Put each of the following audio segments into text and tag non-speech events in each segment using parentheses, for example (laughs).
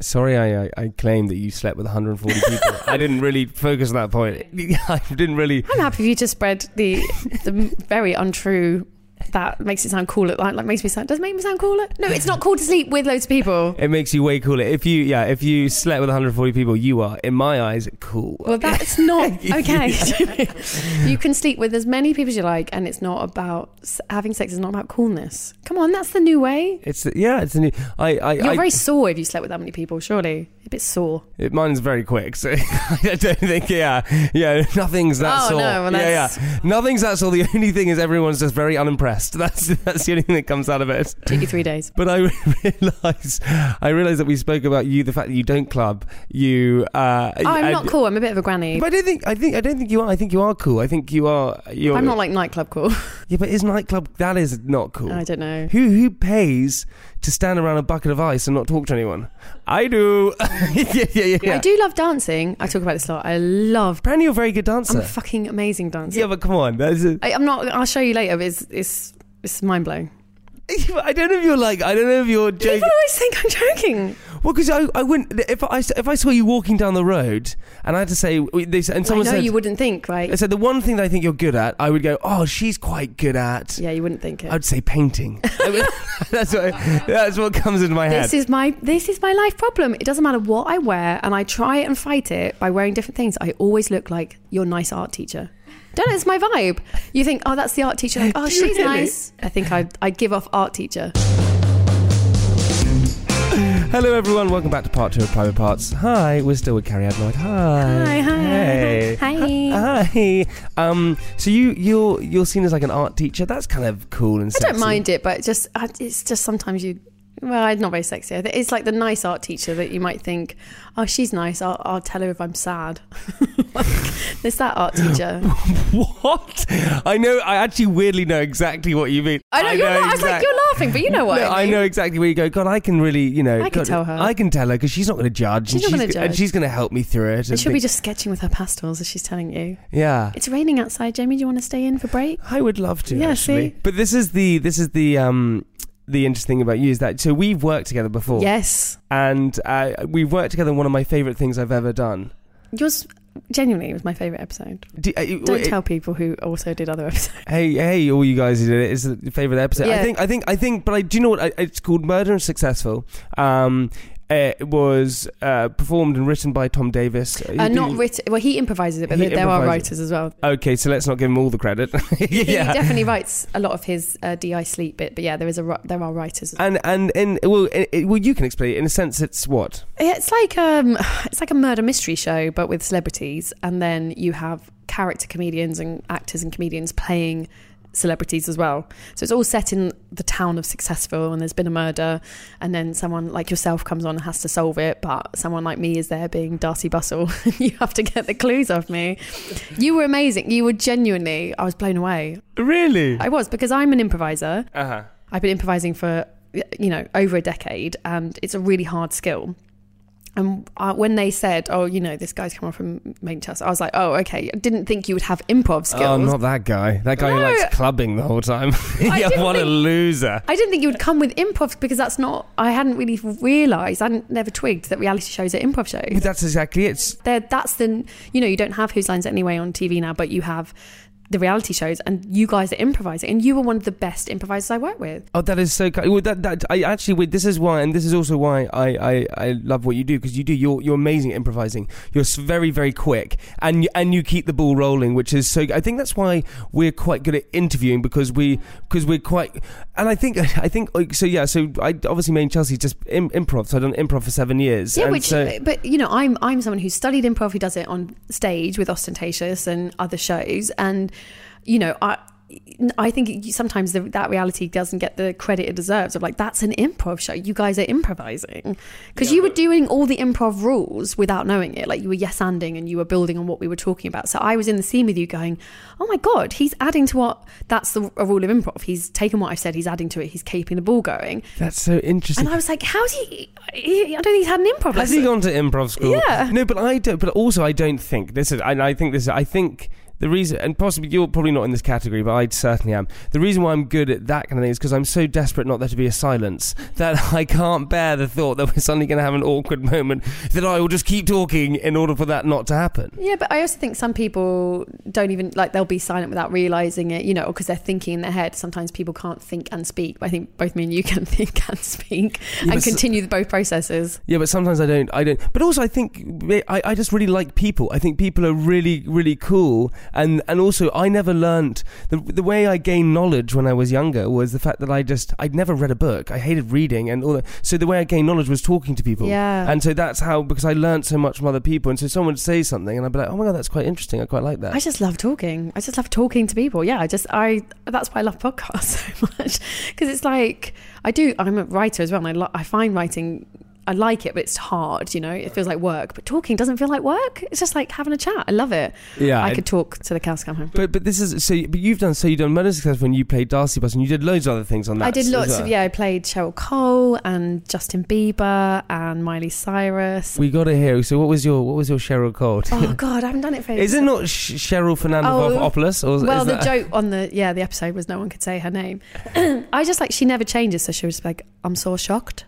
Sorry, I, I I claimed that you slept with (laughs) 140 people. I didn't really focus on that point. (laughs) I didn't really. I'm happy for you to spread the the very untrue that makes it sound cooler. Like, like makes me sound does it make me sound cooler. No, it's not cool to sleep with loads of people. It makes you way cooler. If you yeah, if you slept with 140 people, you are in my eyes cool. Well, that's not (laughs) okay. you can sleep with as many people as you like, and it's not about having sex. Is not about coolness. Come on, that's the new way. It's yeah, it's a new. I I, You're I very sore if you slept with that many people. Surely a bit sore. it, mine's very quick, so (laughs) I don't think yeah yeah nothing's that Oh, sore. no, well, yeah that's- yeah nothing's that sore. The only thing is everyone's just very unimpressed. (laughs) That's that's the only thing that comes out of it. Took you (laughs) three days. But I realize I realize that we spoke about you, the fact that you don't club. You uh, I'm and- not cool. I'm a bit of a granny. But I don't think I think I don't think you are. I think you are cool. I think you are. You're, I'm not like nightclub cool. Yeah, but is nightclub that is not cool? I don't know. Who who pays to stand around a bucket of ice and not talk to anyone? I do. (laughs) yeah, yeah, yeah. yeah. I do love dancing. I talk about this a lot. I love. Apparently, you're a very good I'm dancer. a fucking amazing dancer. yeah, but come on, that's. A, (laughs) I, I'm not. I'll show you later. But it's it's it's mind blowing. I don't know if you're like. I don't know if you're joking. People always think I'm joking. Well, because I, I wouldn't. If I if I saw you walking down the road and I had to say this, and I know someone said, you wouldn't think, I right? said the one thing that I think you're good at, I would go, oh, she's quite good at. Yeah, you wouldn't think it. I'd say (laughs) painting. I mean, (laughs) that's what that's what comes into my head. this is my this is my life problem. It doesn't matter what I wear, and I try and fight it by wearing different things. I always look like your nice art teacher. Don't know, it's my vibe. You think, oh, that's the art (laughs) teacher. Like, oh, Do you she's really? nice. I think I I give off art teacher. Hello, everyone. Welcome back to part two of Private Parts. Hi, we're still with Carrie Adnoid. Hi. Hi, hi, Hey. hi, (laughs) hi. Hi. Um, so you you're you're seen as like an art teacher. That's kind of cool and I sexy. don't mind it, but just I- it's just sometimes you. Well, it's not very sexy. I think It's like the nice art teacher that you might think, oh, she's nice. I'll, I'll tell her if I'm sad. (laughs) like, there's that art teacher. (laughs) What? I know. I actually weirdly know exactly what you mean. (laughs) I know, you're. la- I was like, exact- you're laughing, but (laughs) you know what? No, I mean. know exactly where you go. God, I can really, you know, I can God, tell her. I can tell her because she's not going to judge. She's and not gonna she's, And judge. she's going to help me through it. And and she'll be think- just sketching with her pastels as she's telling you. yeah. It's raining outside, Jamie. Do you want to stay in for break? I would love to. Yeah, actually. see? But this is the this is the um the interesting thing about you is that so we've worked together before. Yes. And uh, we've worked together. in One of my favorite things I've ever done. Yours genuinely was my favourite episode. Do, uh, Don't it- tell people who also did other episodes. Hey, hey, all you guys who did it. It's the favorite episode. I Yeah. think, I think, I think. But I do you know what? I, it's called Murder and Successful. Um, it was uh, performed and written by Tom Davis. Uh, not written. Well, he improvises it, but He there are improvises. writers as well. okay, so let's not give him all the (laughs) credit. (laughs) He definitely writes a lot of his uh, DI sleep bit, but yeah, there is a ri- there are writers. And and and well, it, it- well, you can explain. it. In a sense, it's what Yeah, It's like um, (sighs) it's like a murder mystery show, but with celebrities, and then you have character comedians and actors and comedians playing celebrities as well. So it's all set in the town of Successful, and there's been a murder, and then someone like yourself comes on and has to solve it, but someone like me is there being Darcy Bustle, (laughs) and you have to get the clues off me. You were amazing. You were genuinely. I was blown away. really. I was because I'm an improviser. Uh huh. I've been improvising for you know over a decade, and it's a really hard skill. And uh, when they said, "Oh, you know, this guy's come on from Manchester," I was like, "Oh, okay." I didn't think you would have improv skills. Oh, not that guy. That guy who No. likes clubbing the whole time. (laughs) yeah, didn't what a think- loser. I didn't think you would come with improv because that's not. I hadn't really realised. I hadn't never twigged that reality shows are improv But shows. that's exactly it. S- They're, that's the you know you don't have Whose Lines Anyway on TV now, but you have the reality shows, and you guys are improvising, and you were one of the best improvisers I work with. Oh, that is so. ki- Well, that that I actually. wait, This is why, and this is also why I I, I love what you do because you do. You're you're amazing at improvising. You're s- very very quick, and you, and you keep the ball rolling, which is so. I think that's why we're quite good at interviewing because we because we're quite. And I think (laughs) I think like, so. Yeah. So I obviously main Chelsea just Im- improv. So I done improv for seven years. Yeah, and which, so, but you know, I'm I'm someone who studied improv, who does it on stage with Ostentatious and other shows, and you know, I I think you- sometimes the, that reality doesn't get the credit it deserves. Of like, that's an improv show. You guys are improvising because Yeah, you were but- doing all the improv rules without knowing it. Like you were yes anding and you were building on what we were talking about. So I was in the scene with you going, "Oh my god, he's adding to what that's the a rule of improv. He's taken what I've said, he's adding to it. He's keeping the ball going." That's so interesting. And I was like, "How's he? he- I don't think he's had an improv Has he lesson." gone to improv school? Yeah. No, but I don't. But also, I don't think this is. And I think this. I think the reason, and possibly you're probably not in this category, but I certainly am. The reason why I'm good at that kind of thing is because I'm so desperate not there to be a silence that (laughs) I can't bear the thought that we're suddenly going to have an awkward moment that I will just keep talking in order for that not to happen. Yeah, but I also think some people don't even like they'll be silent without realizing it, you know, because they're thinking in their head. Sometimes people can't think and speak. I think both me and you (laughs) can think and speak Yeah, and but- continue the both processes. Yeah, but sometimes I don't. I don't. But also, I think I, I just really like people. I think people are really, really cool. And and also, I never learnt the the way I gained knowledge when I was younger was the fact that I just I'd never read a book. I hated reading and all that. So the way I gained knowledge was talking to people. Yeah. And so that's how because I learnt so much from other people. And so someone would say something, and I'd be like, oh my god, that's quite interesting. I quite like (laughs) that. I just love talking. I just love talking to people. Yeah, I just I that's why I love podcasts (laughs) so much because it's like I do. I'm a writer as well, and I lo- I find writing I like it, but it's hard. You know, it feels like work. But talking doesn't feel like work. It's just like having a chat. I love it. yeah. I could talk to the cows come home. but but this is so. But you've done so. You've done murder successful, and you played Darcy Bus, and you did loads of other things on that. I did as lots well. of yeah. I played Cheryl Cole and Justin Bieber and Miley Cyrus. We got to hear. So what was your what was your Cheryl Cole? (laughs) oh God, I haven't done it for. Is it not Sh- Cheryl Fernando Oh, Opoulos? Or is- Well, is the that- joke on the yeah the episode was no one could say her name. (clears throat) I just like she never changes, so she was like, "I'm so shocked,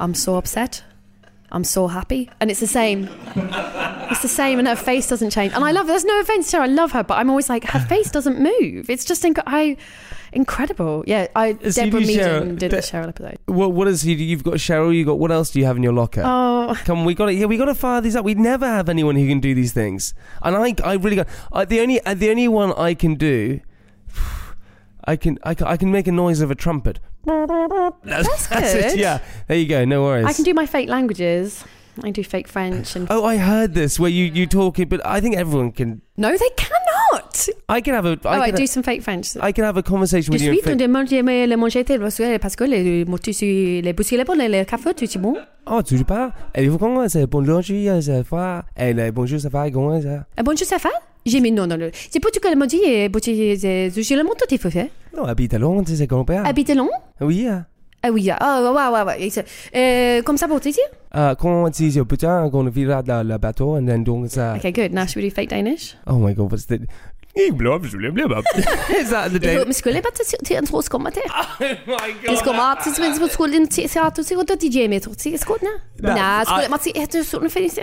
I'm so upset, I'm so happy," and it's the same. It's the same, and her face doesn't change. And I love. There's no offense to her. I love her, but I'm always like, (sighs) her face doesn't move. It's just inc- I, incredible. Yeah, I So you Deborah do Cheryl- Meaden did the De- Cheryl episode. What, what is you've got? Cheryl, you got what else do you have in your locker? Oh, Come, on, we got to yeah, we got to fire these up. We never have anyone who can do these things, and I, I really got I, the only uh, the only one I can do. (sighs) I can, I can I can make a noise of a trumpet. (laughs) That's, it. good. Yeah, there you go. No worries. I can do my fake languages. I do fake French and oh, I heard this where you you talking, but I think everyone can. no, they cannot. I can have a. oh, I can do some fake French. I can have a conversation Je with you. in suis Fin- en train de manger mais le manger tel parce que parce que les mon tu suis les bousculés pour les les cafés tu es bon. Oh, tu joues pas Elle vous comment C'est bonjour, ça va Elle bonjour, ça va Comment ça Ah, Bonjour ça va? J'ai mis non non non. C'est pour tout que le manger et pour tu je le monte tes feux. Non, habite à Londres, c'est qu'on père. Habite long? Oui. hein. Ah oui, ah, ah ouais ouais ouais. Et c'est- Euh, comme ça pour te dire? Ah, quand on dit c'est putain, qu'on vira dans le bateau, and then donc ça. Okay, good. Now should we do fake Danish? Oh my god, what's that? Ik blab, je blab, (laughs) blab. Is that the Jeg day? håber, skulle bare til til en tro skommer til. (laughs) oh my Det skal meget til, men så skulle den til, så du sikkert, at DJ med tro til, skulle den? Nej, Nej, skulle ej. jeg til, at du sådan findes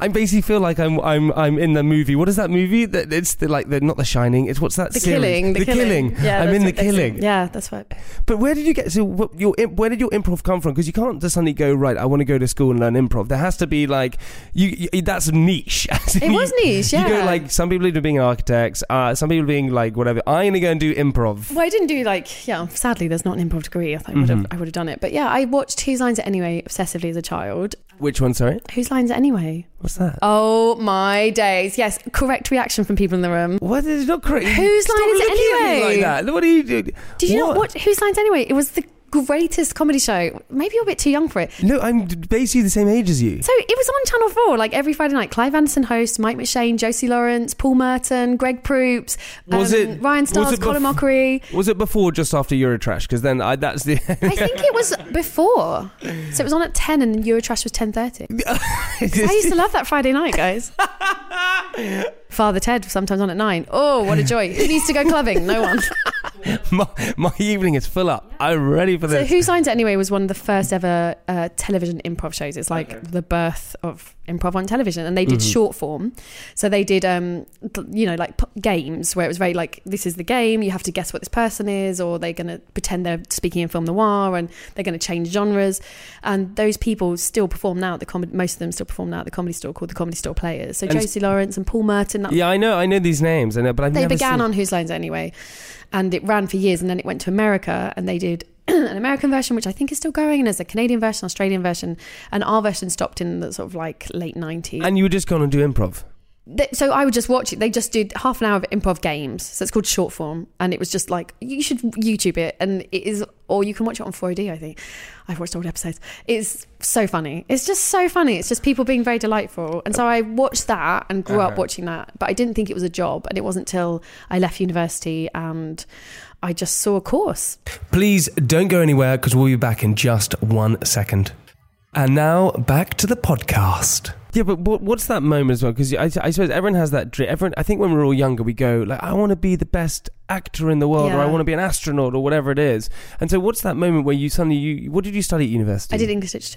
I basically feel like I'm I'm I'm in the movie. What is that movie? That it's the, like the not The Shining. It's what's that? The series? killing. The, killing. I'm in the that's what they say. killing. Yeah, that's right. (laughs) But where did you get? So what, your imp- where did your improv come from? Because you can't just suddenly go right. I want to go to school and learn improv. There has to be like you. you that's niche. (laughs) It was niche, yeah. You go like some people are being architects. Uh, some people being like whatever. I'm gonna go and do improv. Well, I didn't do like yeah. Sadly, there's not an improv degree. I thought I would Mm-hmm. have I would have done it. But yeah, I watched Whose Lines It Anyway obsessively as a child. Which one? Sorry, Whose Lines It Anyway? what's that? Oh my days! Yes, correct reaction from people in the room. What is it not correct? Whose Stop line is it looking at me anyway? Like that. What do you do? Did you What? not watch Whose Lines It Anyway? It was the greatest comedy show. Maybe you're a bit too young for it. No, I'm basically the same age as you. So it was on Channel 4 like every Friday night. Clive Anderson hosts, Mike McShane, Josie Lawrence, Paul Merton, Greg Proops, um, Was it- Ryan was Stiles, it Colin bef- Mockery. Was it before, or just after Eurotrash? Because then I, that's the. (laughs) I think it was before. So it was on at 10 and Eurotrash was 10.30. I used to love that Friday night, guys. Father Ted was sometimes on at nine. Oh, what a joy. Who needs to go clubbing? No one. (laughs) my, my evening is full up. I'm ready for So this. Who Signs It Anyway was one of the first ever uh, television improv shows. It's like the birth of improv on television. And they did short form. So they did, um, th- you know, like p- games where it was very like, this is the game. You have to guess what this person is, or they're going to pretend they're speaking in film noir and they're going to change genres. And those people still perform now at the comedy, most of them still perform now at the comedy store called the Comedy Store Players. So And- Josie Lawrence and Paul Merton, that yeah, I know, I know these names. I know, but I've they never began seen- on Whose Lines Anyway, and it ran for years, and then it went to America, and they did (clears throat) an American version, which I think is still going, and there's a Canadian version, Australian version, and our version stopped in the sort of like late 90s. And you were just going to do improv. Th- so I would just watch it. They just did half an hour of improv games. So it's called short form, and it was just like you should YouTube it, and it is, or you can watch it on 4D. I think I've watched all the episodes. It's so funny. It's just so funny. It's just people being very delightful, and so I watched that and grew up Uh-huh. watching that. But I didn't think it was a job, and it wasn't till I left university and I just saw a course. Please don't go anywhere because we'll be back in just one second. And now back to the podcast. Yeah, but what, what's that moment as well? Because I, I suppose everyone has that dream. Everyone, I think when we're all younger, we go like, "I want to be the best actor in the world," or "I Yeah. want to be an astronaut," or whatever it is. And so, what's that moment where you suddenly you? What did you study at university? I did English literature.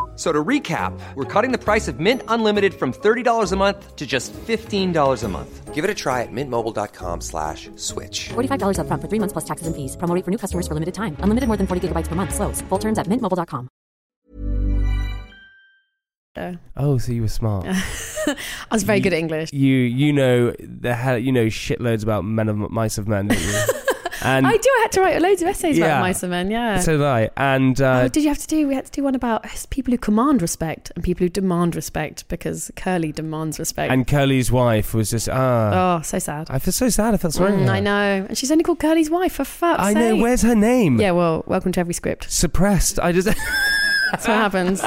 So to recap, we're cutting the price of Mint Unlimited from $30 a month to just $15 a month. Give it a try at mintmobile.com slash switch. $45 up front for three months plus taxes and fees. Promo rate for new customers for limited time. Unlimited more than 40 gigabytes per month. Slows. Full terms at mintmobile.com. Oh, so you were smart. (laughs) I was Uh, very good at English. you you know the hell you know shitloads about men of mice of men, don't (laughs) you? and I do. I had to write loads of essays Yeah. about mice and men. Yeah. so did I. And Oh, uh, did you have to do? We had to do one about people who command respect and people who demand respect because Curly demands respect. and Curly's wife was just ah. oh, so sad. I feel so sad. I felt sorry. Mm, for her. I know. And she's only called Curly's wife for fuck's I sake. know. Where's her name? Yeah, well, welcome to (laughs) every script. Suppressed. I just. That's what happens.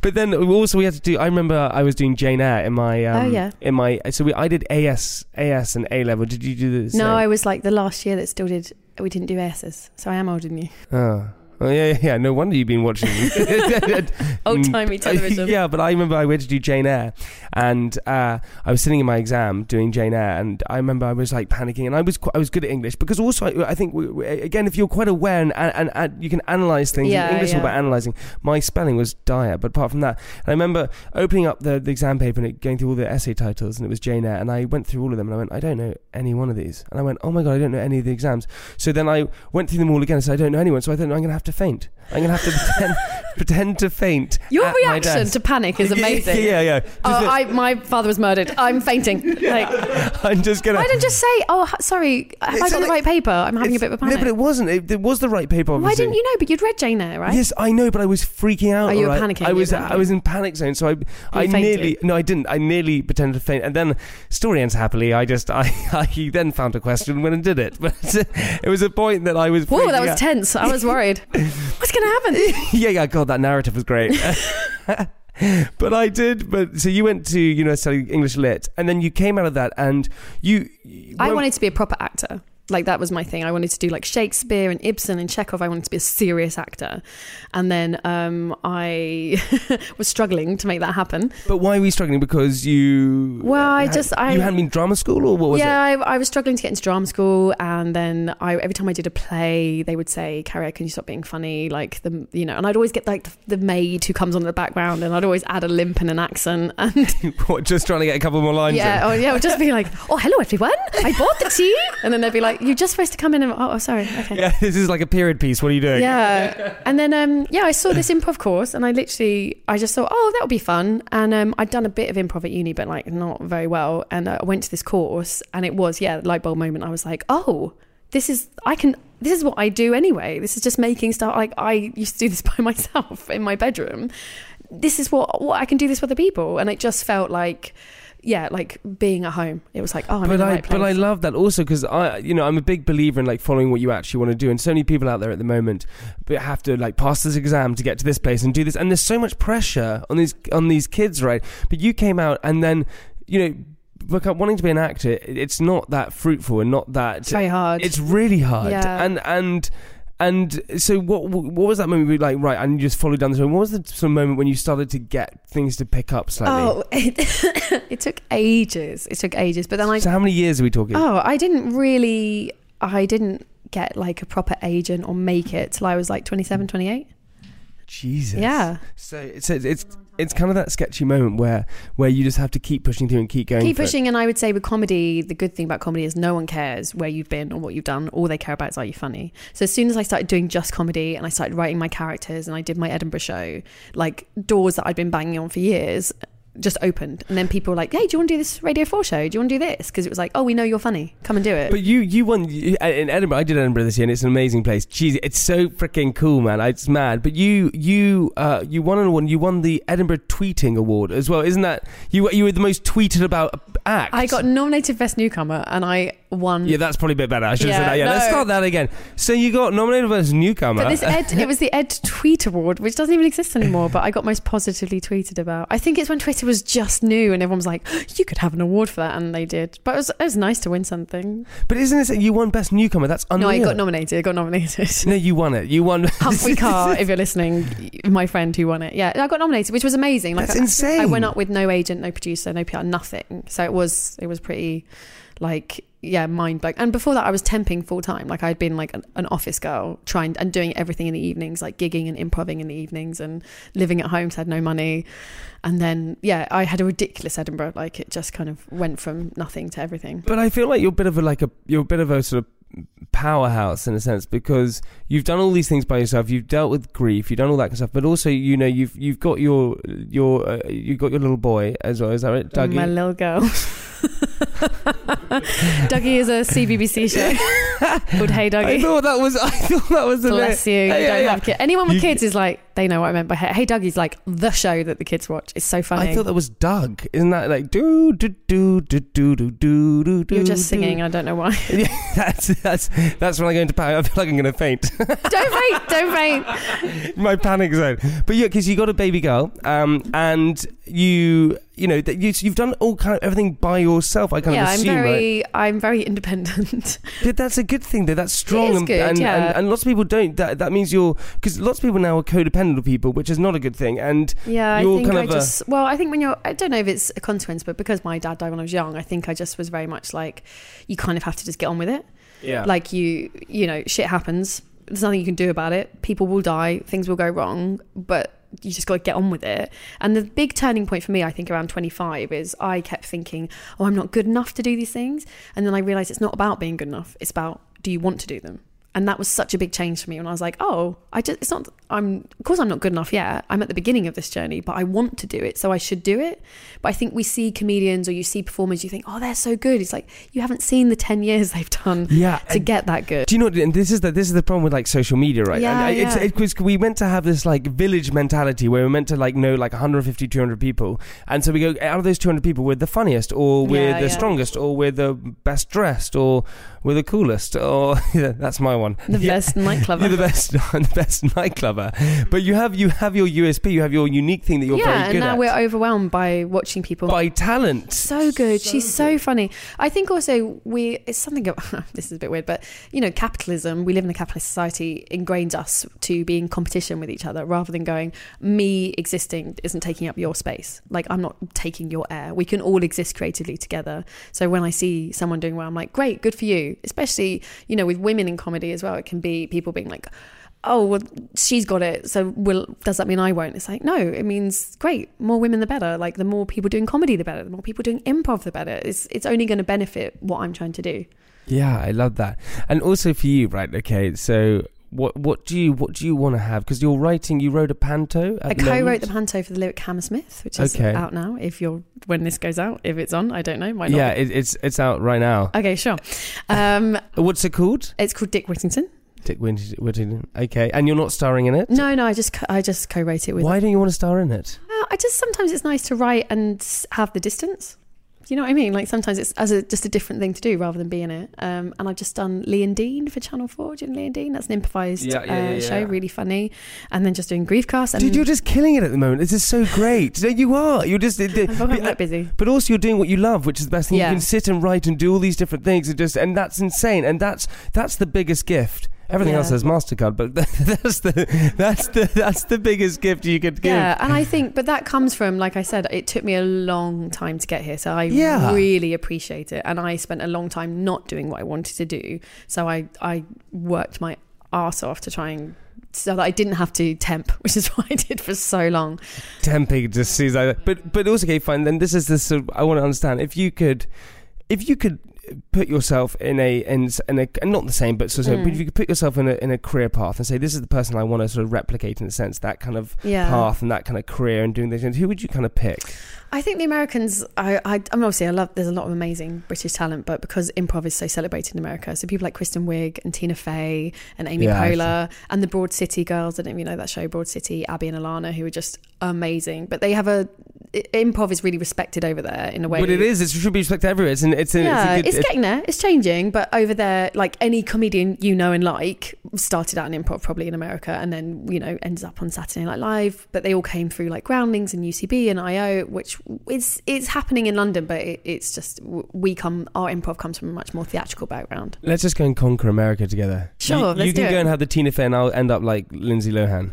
but then also we had to do. I remember I was doing Jane Eyre in my. Um, Oh, yeah. In my. So we, I did AS, AS and A level. Did you do this? no, I was like the last year that still did. We didn't do S's, so I am (laughs) older than you. Oh. Oh, yeah, yeah, yeah. No wonder you've been (laughs) watching (laughs) Old timey television. Mm. yeah, but I remember I went to do Jane Eyre, and uh, I was sitting in my exam doing Jane Eyre, and I remember I was like panicking, and I was qu- I was good at English because also I, I think we, we- again if you're quite aware and, and, and, and you can analyze things, Yeah, and English is all yeah. about analyzing. My spelling was dire, but apart from that, and I remember opening up the, the exam paper and it, going through all the essay titles, and it was Jane Eyre, and I went through all of them, and I went I don't know any one of these, and I went oh my god I don't know any of the exams. So then I went through them all again, and said I don't know anyone, so I thought I'm going to have to faint. I'm going to (laughs) have to pretend, pretend to faint. Your at my reaction desk." to (laughs) panic is (laughs) amazing. Yeah, yeah. yeah. Just Oh, that- I, my father was murdered. I'm fainting. Like, (laughs) I'm just gonna. why don't just say, "Oh, h- sorry, have I It's got the like- right paper? I'm having a (laughs) It's- bit of a panic." No, but it wasn't. It, it was the right paper. Obviously. Why didn't you know? But you'd read Jane Eyre, right? Yes, I know, but I was freaking out. Oh, you were alright? panicking, I you were was. I panicking. was in panic zone, so I, I fainted. nearly. No, I didn't. I nearly pretended to faint, and then story ends happily. I just. (laughs) I. I then found a question and went and did it, (laughs) but it was a point that I was. Whoa, freaking that was out. tense. I (laughs) was worried. What's going to happen? yeah, yeah, God, that narrative was (laughs) great. (laughs) but I did. But so you went to university English lit, and then you came out of that, and you. I well, wanted to be a proper actor. Like that was my thing. I wanted to do like Shakespeare and Ibsen and Chekhov. I wanted to be a serious actor, and then um, I (laughs) was struggling to make that happen. But why were you struggling? Because you. Well, I had- just- I- you hadn't been drama school, or what was it? yeah, I, I was struggling to get into drama school, and then I every time I did a play, they would say, "Carrie, can you stop being funny?" Like the you know, and I'd always get like the, the maid who comes on in the background, and I'd always add a limp and an accent, (laughs) and (laughs) What, just trying to get a couple more lines in? Yeah, oh yeah, it would just be like, oh hello everyone, I bought the tea, and then they'd be like, you're just supposed to come in and oh, oh, sorry, okay. Yeah, this is like a period piece. What are you doing? Yeah. and then um, yeah, I saw this improv course, and I literally, I just thought, oh, that would be fun. And um, I'd done a bit of improv at uni, but like not very well. And uh, I went to this course, and it was yeah, light bulb moment. I was like, oh, this is I can, this is what I do anyway. This is just making stuff. Like I used to do this (laughs) by myself in my bedroom. This is what what I can do this with other people, and it just felt like. Yeah, like being at home. It was like, oh, I'm in But the I, right place. but I love that also because I, you know, I'm a big believer in like following what you actually want to do, and so many people out there at the moment but have to like pass this exam to get to this place and do this, and there's so much pressure on these on these kids, right? But you came out and then, you know, look, wanting to be an actor, it- it's not that fruitful and not that it's very hard. It's really hard. Yeah. And and and so what what was that moment where you like right and you just followed down this road? What was the sort of moment when you started to get things to pick up slightly? Oh, it, (laughs) it took ages. It took ages. But then I, so how many years are we talking? oh, I didn't really, I didn't get like a proper agent or make it till I was like 27, 28. Jesus. Yeah. So it's it's, it's it's kind of that sketchy moment where where you just have to keep pushing through and keep going. Keep for it. pushing, and I would say with comedy, the good thing about comedy is no one cares where you've been or what you've done. All they care about is are you funny. So as soon as I started doing just comedy and I started writing my characters and I did my Edinburgh show, like doors that I'd been banging on for years just opened, and then people were like, "Hey, do you want to do this Radio Four show? Do you want to do this?" Because it was like, "Oh, we know you're funny. Come and do it." But you, you won you- uh, in Edinburgh. I did Edinburgh this year, and it's an amazing place. Jeez, it's so freaking cool, man. It's mad. But you, you, uh, you won an award. You won the Edinburgh Tweeting Award as well. Isn't that you? You were the most tweeted about act. I got nominated Best Newcomer, and I won. Yeah, that's probably a bit better. I should have Yeah, said that. Yeah, let's no. start that again. So you got nominated as newcomer. But this Ed, it was the Ed Tweet Award, which doesn't even exist anymore. But I got most positively tweeted about. I think it's when Twitter was just new, and everyone was like, (gasps) "You could have an award for that," and they did. But it was, it was nice to win something. but isn't it? that You won best newcomer. That's unreal. No, I got nominated. I got nominated. No, you won it. You won. (laughs) Humphrey Carr, if you're listening, my friend who won it. Yeah, I got nominated, which was amazing. That's I, insane. I went up with no agent, no producer, no PR, nothing. So it was it was pretty like yeah, mind blowing. And before that, I was temping full time. Like I'd been like an, an office girl, trying and doing everything in the evenings, like gigging and improving in the evenings, and living at home, so I had no money. And then yeah, I had a ridiculous Edinburgh. Like it just kind of went from nothing to everything. But I feel like you're a bit of a like a you're a bit of a sort of powerhouse in a sense because you've done all these things by yourself. You've dealt with grief. You've done all that kind of stuff. But also, you know, you've you've got your your uh, you've got your little boy as well. Is that right, Dougie? My little girl. (laughs) Dougie is a CBBC (laughs) show called Hey I Dougie. thought that was (laughs) I thought that was the Bless you. name. you Yeah, yeah, don't yeah. have kids. Anyone with You- kids is like, they know what I meant by Hey, hey Dougie's like the show that the kids watch. It's so funny. I thought that was Doug. Isn't that like do do do do do do do do do? You're just singing. I don't know why. (laughs) (laughs) Yeah, that's that's that's when I go into panic. I feel like I'm going to faint. (laughs) don't faint. Don't faint. my panic zone. But yeah, because you got a baby girl, um, and you you know that you, you've done all kind of everything by yourself. I kind yeah, of I'm assume right. very, I'm very independent. (laughs) But that's a good thing though. That's strong is and, good, and, yeah. and and lots of people don't. That that means you're because lots of people now are codependent people, which is not a good thing. And Yeah, You're I think kind I of a- just well, I think when you're I don't know if it's a consequence, but because my dad died when I was young, I think I just was very much like you kind of have to just get on with it. Yeah. Like you you know, shit happens. There's nothing you can do about it. People will die, things will go wrong, but you just got to get on with it. And the big turning point for me, I think around 25 is I kept thinking, "Oh, I'm not good enough to do these things." And then I realized it's not about being good enough. It's about do you want to do them? and that was such a big change for me when I was like, oh, I just it's not I'm of course I'm not good enough yet. I'm at the beginning of this journey, but I want to do it, so I should do it. But I think we see comedians or you see performers, you think, oh, they're so good. It's like you haven't seen the ten years they've done Yeah, to and- get that good. Do you know? what- And this is the this is the problem with like social media, right? Yeah, and I- it's, yeah. it was we meant to have this like village mentality where we're meant to like know like 150, 200 people, and so we go out of those 200 people, we're the funniest, or we're Yeah, the yeah. strongest, or we're the best dressed, or we're the coolest, or (laughs) yeah, that's my one. The Yeah. best nightclub. (laughs) You're the best, the best nightclubber. But you have you have your USP, you have your unique thing that you're yeah, very and good now at we're overwhelmed by watching people by talent. so good. She's so funny. I think also we it's something about (laughs) this is a bit weird, but you know, capitalism. We live in a capitalist society. Ingrained us to be in competition with each other rather than going me existing isn't taking up your space. Like I'm not taking your air. We can all exist creatively together. So when I see someone doing well, I'm like, great, good for you. Especially you know with women in comedy as well, it can be people being like. Oh well, she's got it. So will does that mean I won't? It's like no. It means great. More women, the better. Like the more people doing comedy, the better. The more people doing improv, the better. It's it's only going to benefit what I'm trying to do. Yeah, I love that. And also for you, right? Okay, so what what do you what do you want to have? Because you're writing, you wrote a panto. At I the co-wrote moment? the panto for the lyric Hammersmith, which is Okay. out now. If you're when this goes out, if it's on, I don't know. Might not. Yeah, be. it, it's it's out right now. Okay, sure. Um, What's it called? it's called Dick Whittington. Dick Whitt- Whittington. Okay, and you're not starring in it. No, no, I just co- I just co-wrote it with. Why don't you want to star in it? Uh, I just sometimes it's nice to write and s- have the distance. Do You know what I mean? Like sometimes it's as a, just a different thing to do rather than be in it. Um, and I've just done Lee and Dean for Channel Four. Do you know Lee and Dean? That's an improvised Yeah, yeah, uh, yeah, show, yeah. really funny. And then just doing Griefcast. And Dude, you're just killing it at the moment. This is so great. No, you are. You're just. it- it- (laughs) I'm probably but- quite busy. But also, you're doing what you love, which is the best thing. Yeah. You can sit and write and do all these different things, and just and that's insane. And that's that's the biggest gift. Everything Yeah. else has Mastercard, but (laughs) that's the that's the that's the biggest gift you could give. Yeah, and I think, but that comes from, like I said, it took me a long time to get here. So I Yeah. really appreciate it. And I spent a long time not doing what I wanted to do. So I, I worked my arse off to try and so that I didn't have to temp, (laughs) which is what I did for so long. temping just seems like that. But but also, okay, fine. Then this is the sort of, I want to understand if you could, if you could put yourself in a in, s- in a and not the same, but sort of, Mm. but if you could put yourself in a in a career path and say this is the person I want to sort of replicate in a sense that kind of Yeah. path and that kind of career and doing those things, who would you kind of pick? I think the Americans, I, I, I mean, obviously, I love, there's a lot of amazing British talent, but because improv is so celebrated in America, so people like Kristen Wiig and Tina Fey and Amy Yeah, I Poehler and the Broad City girls, I don't even know that show, Broad City, Abby and Alana, who are just amazing. But they have a, i- improv is really respected over there in a way. But it is it should be respected everywhere. It's an, it's an, Yeah, it's a good, it's, getting there. It's changing, but over there, like any comedian you know and like, started out in improv probably in America, and then you know ends up on Saturday Night Live. But they all came through like Groundlings and UCB and IO, which is it's happening in London, but it, it's just w- we come our improv comes from a much more theatrical background. Let's just go and conquer America together. Sure, you, let's you can do go it. and have the Tina Fey, and I'll end up like Lindsay (laughs) Lohan.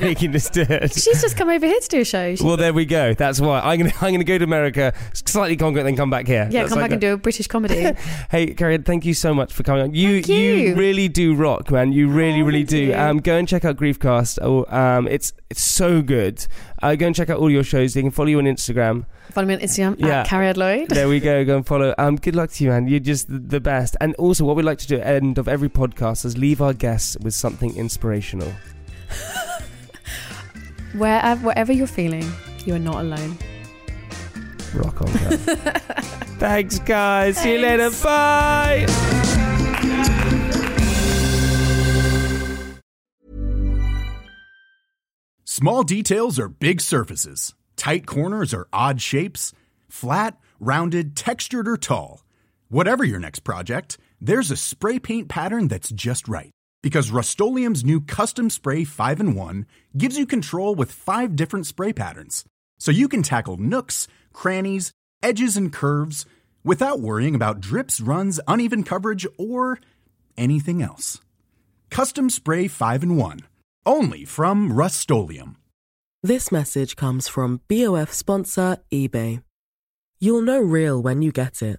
(laughs) you can just do it. She's just come over here to do a show. She- Well, there we go. That's why I'm gonna I'm gonna go to America, slightly conquer, it, then come back here. yeah, That's come like back and a- do a British comedy. (laughs) Hey, Karen, thank you so much for coming on. You Thank you. really do rock, man. You really, Oh, really thank do. you. Um, go and check out Griefcast. Oh, um, it's it's so good. Uh, go and check out all your shows. They can follow you on Instagram. Follow me on Instagram Yeah. at Carrie Ad Lloyd. There we go. Go and follow. Um, good luck to you, man. You're just th- the best. And also, what we like to do at the end of every podcast is leave our guests with something inspirational. Wherever, whatever you're feeling, you are not alone. Rock on, Karen. Thanks, guys. See you later. Thanks. Bye. Small details are big surfaces. Tight corners are odd shapes. Flat, rounded, textured, or tall. Whatever your next project, there's a spray paint pattern that's just right. Because Rust new Custom Spray 5 in 1 gives you control with five different spray patterns. So you can tackle nooks, crannies, edges, and curves without worrying about drips, runs, uneven coverage, or anything else. Custom Spray 5 in 1. Only from Rust This message comes from BOF sponsor eBay. You'll know real when you get it.